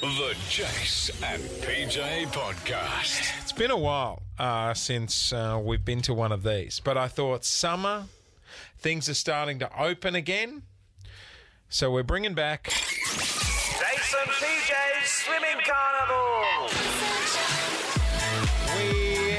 The Jace and PJ Podcast. It's been a while uh, since uh, we've been to one of these, but I thought summer, things are starting to open again. So we're bringing back. Jason PJ's Swimming Carnival. We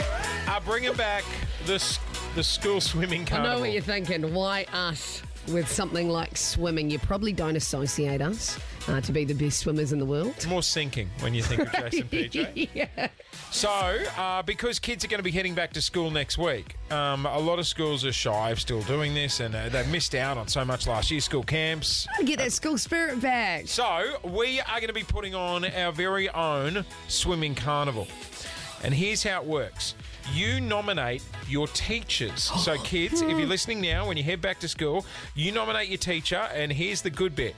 are bringing back this the school swimming I carnival. know what you're thinking. Why us with something like swimming? You probably don't associate us uh, to be the best swimmers in the world. More sinking when you think of Jason PJ. So, uh, because kids are going to be heading back to school next week, um, a lot of schools are shy of still doing this, and uh, they've missed out on so much last year. School camps, Get that school spirit back. So, we are going to be putting on our very own swimming carnival. And here's how it works you nominate your teachers. So, kids, if you're listening now, when you head back to school, you nominate your teacher. And here's the good bit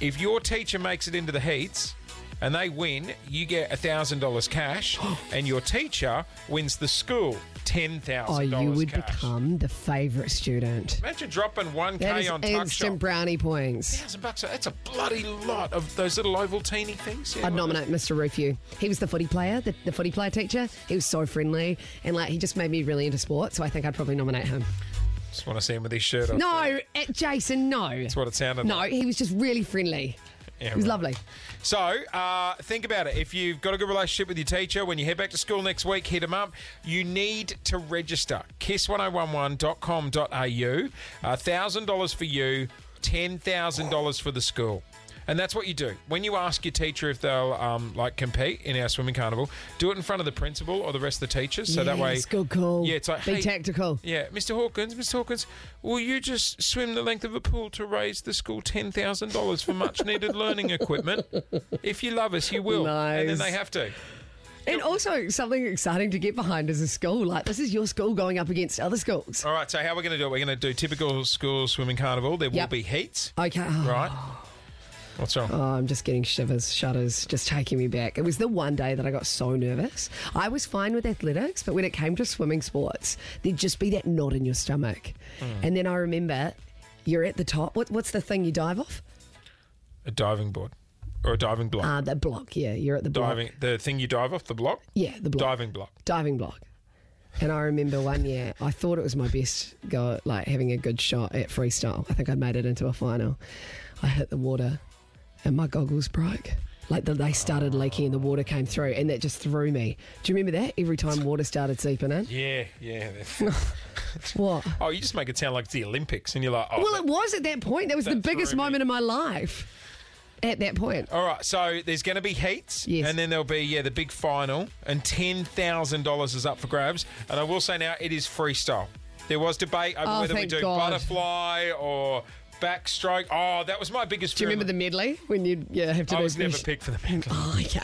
if your teacher makes it into the heats, and they win, you get $1,000 cash, and your teacher wins the school $10,000 Oh, you would cash. become the favourite student. Imagine dropping 1K That is on Tuck Shop. instant brownie points. Thousand bucks. That's a bloody lot of those little oval teeny things. Yeah, I'd nominate Mr. Rufio. He was the footy player, the, the footy player teacher. He was so friendly and like he just made me really into sport. So I think I'd probably nominate him. Just want to see him with his shirt on. No, eh, Jason, no. That's what it sounded No, like. he was just really friendly. Yeah, He was right. lovely. So, uh, think about it. If you've got a good relationship with your teacher, when you head back to school next week, hit them up. You need to register. kiss1011.com.au. Uh, $1,000 for you, $10,000 for the school. And that's what you do. When you ask your teacher if they'll um, like compete in our swimming carnival, do it in front of the principal or the rest of the teachers. So that Yeah, way, it's good call. Yeah, it's like Be hey, tactical. Yeah, Mr. Hawkins, Mr. Hawkins, will you just swim the length of a pool to raise the school ten thousand dollars for much needed learning equipment? If you love us, you will. And then Nice. they have to. And also something exciting to get behind as a school. Like this is your school going up against other schools. All right. So how we're going to do it? We're going to do typical school swimming carnival. There Yep. will be heats. Okay. oh, Right. What's wrong? oh, I'm just getting shivers, shudders, just taking me back. It was the one day that I got so nervous. I was fine with athletics, but when it came to swimming sports, there'd just be that knot in your stomach. Mm. And then I remember you're at the top. What, what's the thing you dive off? A diving board or a diving block? Uh, the block. Yeah, you're at the block. diving. The thing you dive off the block. Yeah, the block. Diving block. diving block. And I remember one year, I thought it was my best go, at, like having a good shot at freestyle. I think I'd made it into a final. I hit the water and my goggles broke. Like the, they started leaking and the water came through, and that just threw me. Do you remember that? Every time water started seeping in? Yeah, yeah. What? oh, you just make it sound like it's the Olympics, and you're like, oh, Well, it was at that point. That was the That threw biggest me. moment of my life at that point. All right, so there's going to be heats, Yes. and then there'll be yeah the big final, and ten thousand dollars is up for grabs. And I will say now, it is freestyle. There was debate over Oh, whether we thank do God. butterfly or backstroke. Oh, that was my biggest. Do you fear in remember the life. medley when you'd yeah, have to I do was never special- picked for the medley. Oh, yeah.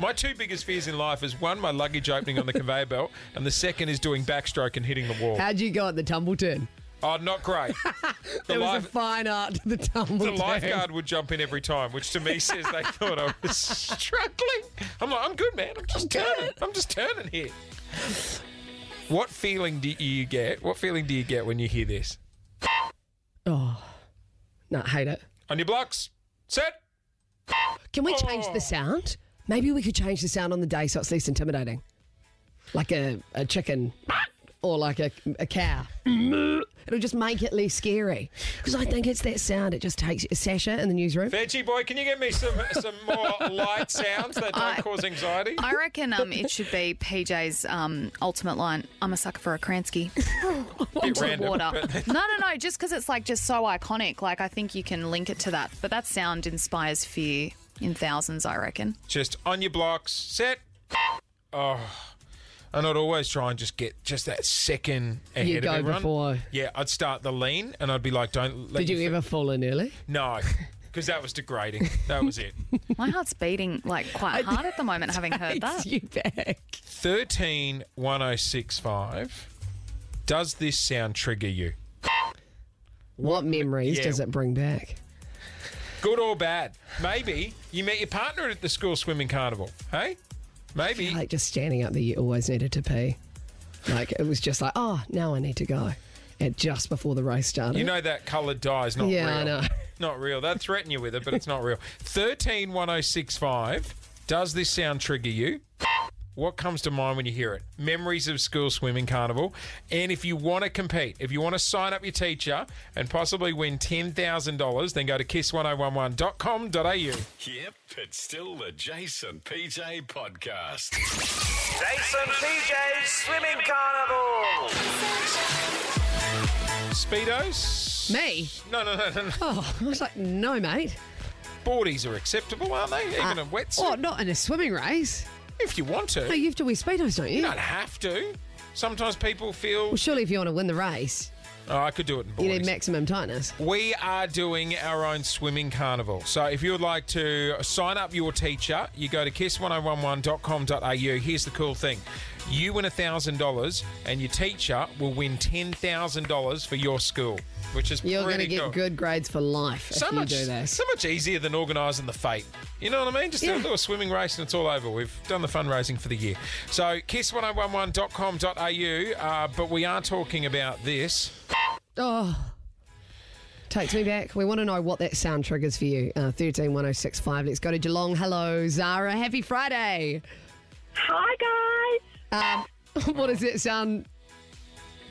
My two biggest fears in life is one, my luggage opening on the conveyor belt, and the second is doing backstroke and hitting the wall. How'd you go at the tumble turn? Oh, not great. The, There was life- a fine art to the tumble the turn. lifeguard would jump in every time, which to me says they thought I was struggling. I'm like, I'm good, man. I'm just turning. I'm just turning here. What feeling do you get? What feeling do you get when you hear this? No, hate it. On your blocks, set. Can we change the sound? Maybe we could change the sound on the day so it's less intimidating. Like a, a chicken or like a, a cow. It'll just make it less scary. Because I think it's that sound. It just takes Sasha in the newsroom. Veggie boy, can you get me some some more light sounds that don't I- cause anxiety? I reckon um, it should be PJ's um, ultimate line. I'm a sucker for a Kransky. Into the random, water. but- No, no, no. Just because it's like just so iconic. Like I think you can link it to that. But that sound inspires fear in thousands. I reckon. Just on your blocks, set. Oh, and I'd always try and just get just that second ahead of go everyone. before. Yeah, I'd start the lean, and I'd be like, "Don't." Let Did you your ever fall in early? No, because that was degrading. That was it. My heart's beating like quite hard at the moment, having heard that. Takes you back. 131065. Does this sound trigger you? What memories yeah. does it bring back? Good or bad? Maybe you met your partner at the school swimming carnival. Hey? Maybe. Like just standing up there, you always needed to pee. Like it was just like, oh, now I need to go. And just before the race started. You know that coloured dye is not Yeah, I real. know. Not real. They'd threaten you with it, but it's not real. 131065. Does this sound trigger you? What comes to mind when you hear it? Memories of school swimming carnival. And if you want to compete, if you want to sign up your teacher and possibly win $10,000, then go to kiss1011.com.au. Yep, it's still the Jason PJ podcast. Jason PJ's Swimming Carnival. Speedos? Me? No, no, no, no. no. Oh, I was like, no, mate. Boardies are acceptable, aren't they? Even a wetsuit. Oh, not in a swimming race. If you want to. No, you have to wear speedos, don't you? You don't have to. Sometimes people feel, Well, surely if you want to win the race, oh, I could do it in boardies. you need maximum tightness. We are doing our own swimming carnival. So if you would like to sign up your teacher, you go to kiss1011.com.au. Here's the cool thing you win $1,000 and your teacher will win $10,000 for your school, which is You're going pretty to get cool. good grades for life So if much, you do this. so much easier than organising the fate. You know what I mean? Just Yeah. do a swimming race and it's all over. We've done the fundraising for the year. So kiss1011.com.au. Uh, but we are talking about this. Oh. Takes me back. We want to know what that sound triggers for you. Uh, 131065. Let's go to Geelong. Hello, Zara. Happy Friday. Hi guys. Um, what does that sound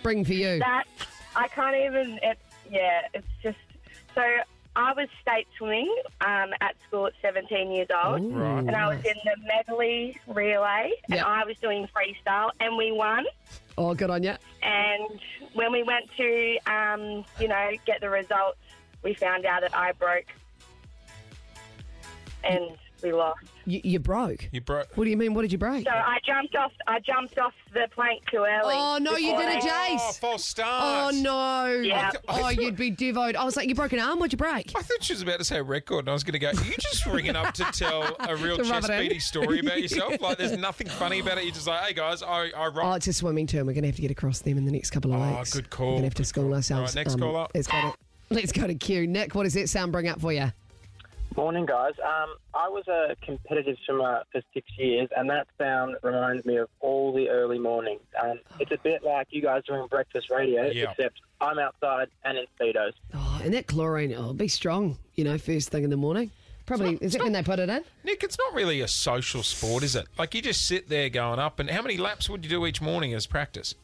bring for you? That I can't even. It, yeah, it's just so. I was state swimming um, at school at 17 years old, Ooh, and I was in the medley relay, and Yeah. I was doing freestyle, and we won. Oh, good on you. And when we went to, um, you know, get the results, we found out that I broke, and we lost. you. You broke. You broke. What do you mean? What did you break? So I jumped off. I jumped off the plank too early. Oh, no, you before did a they- Oh, Jace. false Oh, start. no. Yeah. I Oh, thought- you'd be devoed. I was like, you broke an arm. What'd you break? I thought she was about to say record, and I was going to go, Are you just ringing up to tell a real To rub chest it in. beaty story about yourself? Like, there's nothing funny about it. You're just like, Hey, guys, I, I Oh, rock. it's a swimming term. We're going to have to get across them in the next couple of Oh, weeks. good call, We're going to have to good school call. ourselves. Um, All right, next call up. Let's go, to, let's go to Q. Nick, what does that sound bring up for you? Morning, guys. Um, I was a competitive swimmer for six years, and that sound reminds me of all the early mornings. Um, it's a bit like you guys doing breakfast radio, Yeah. except I'm outside and in speedos. Oh, and that chlorine, oh, be strong, you know, first thing in the morning. Probably, is it when they put it in? Nick, it's not really a social sport, is it? Like, you just sit there going up, and how many laps would you do each morning as practice?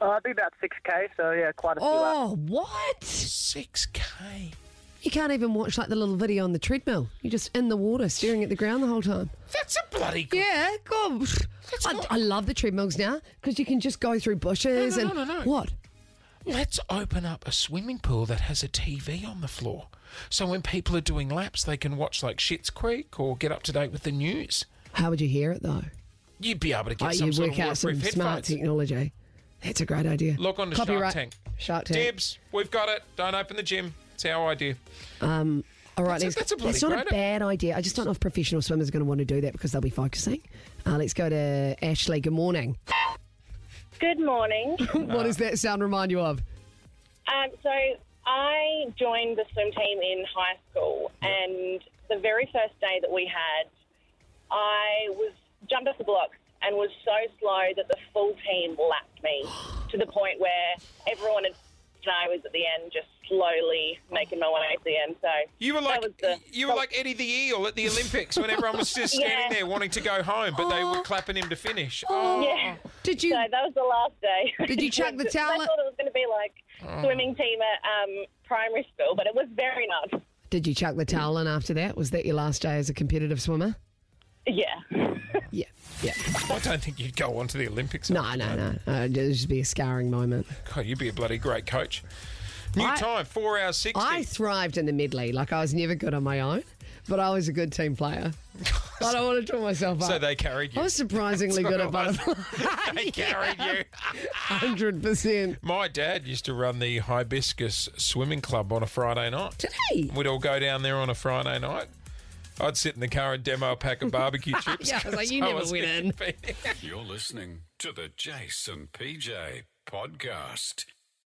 Oh, I'd be about six k, so yeah, quite a few. Oh, what? 6K. You can't even watch like the little video on the treadmill. You're just in the water, staring at the ground the whole time. That's a bloody good. Yeah, God. I, I love the treadmills now because you can just go through bushes No, no, and no, no, no. what? Let's open up a swimming pool that has a TV on the floor. So when people are doing laps, they can watch like Shits Creek or get up to date with the news. How would you hear it though? You'd be able to get Oh, some you sort of work out some waterproof smart headphones. technology. That's a great idea. Look on to Shark Copyright. Tank. Shark Tank. Dibs, we've got it. Don't open the gym. It's our idea. All right, That's a- let's- that's a bloody not great- a bad idea. I just don't know if professional swimmers are going to want to do that because they'll be focusing. Uh, let's go to Ashley. Good morning. Good morning. what does that sound remind you of? Um, so I joined the swim team in high school, and the very first day that we had, I was jumped off the blocks and was so slow that the full team lapped me to the point where everyone had, and I was at the end just slowly making my way to the end. So You were like that was the, you were like Eddie the Eel at the Olympics when everyone was just standing Yeah. Oh. there wanting to go home, but they were clapping him to finish. Oh, yeah. Did you? So that was the last day. Did you chuck the Mm. towel I at- thought it was going to be like swimming team at um, primary school, but it was very nice. Did you chuck the towel in after that? Was that your last day as a competitive swimmer? Yeah. Yeah, yeah. I don't think you'd go on to the Olympics. No, no, no. Uh, it'd just be a scarring moment. God, you'd be a bloody great coach. New I- time, four hours sixty. I thrived in the medley. Like I was never good on my own, but I was a good team player. I don't want to draw myself up. so they carried I you. was surprisingly good at That's butterfly. they carried you. Hundred percent. My dad used to run the hibiscus swimming club on a Friday night. Today. We'd all go down there on a Friday night. I'd sit in the car and demo a pack of barbecue chips. Yeah, I was like, 'cause you never was win a in. competitor. You're listening to the Jason PJ podcast.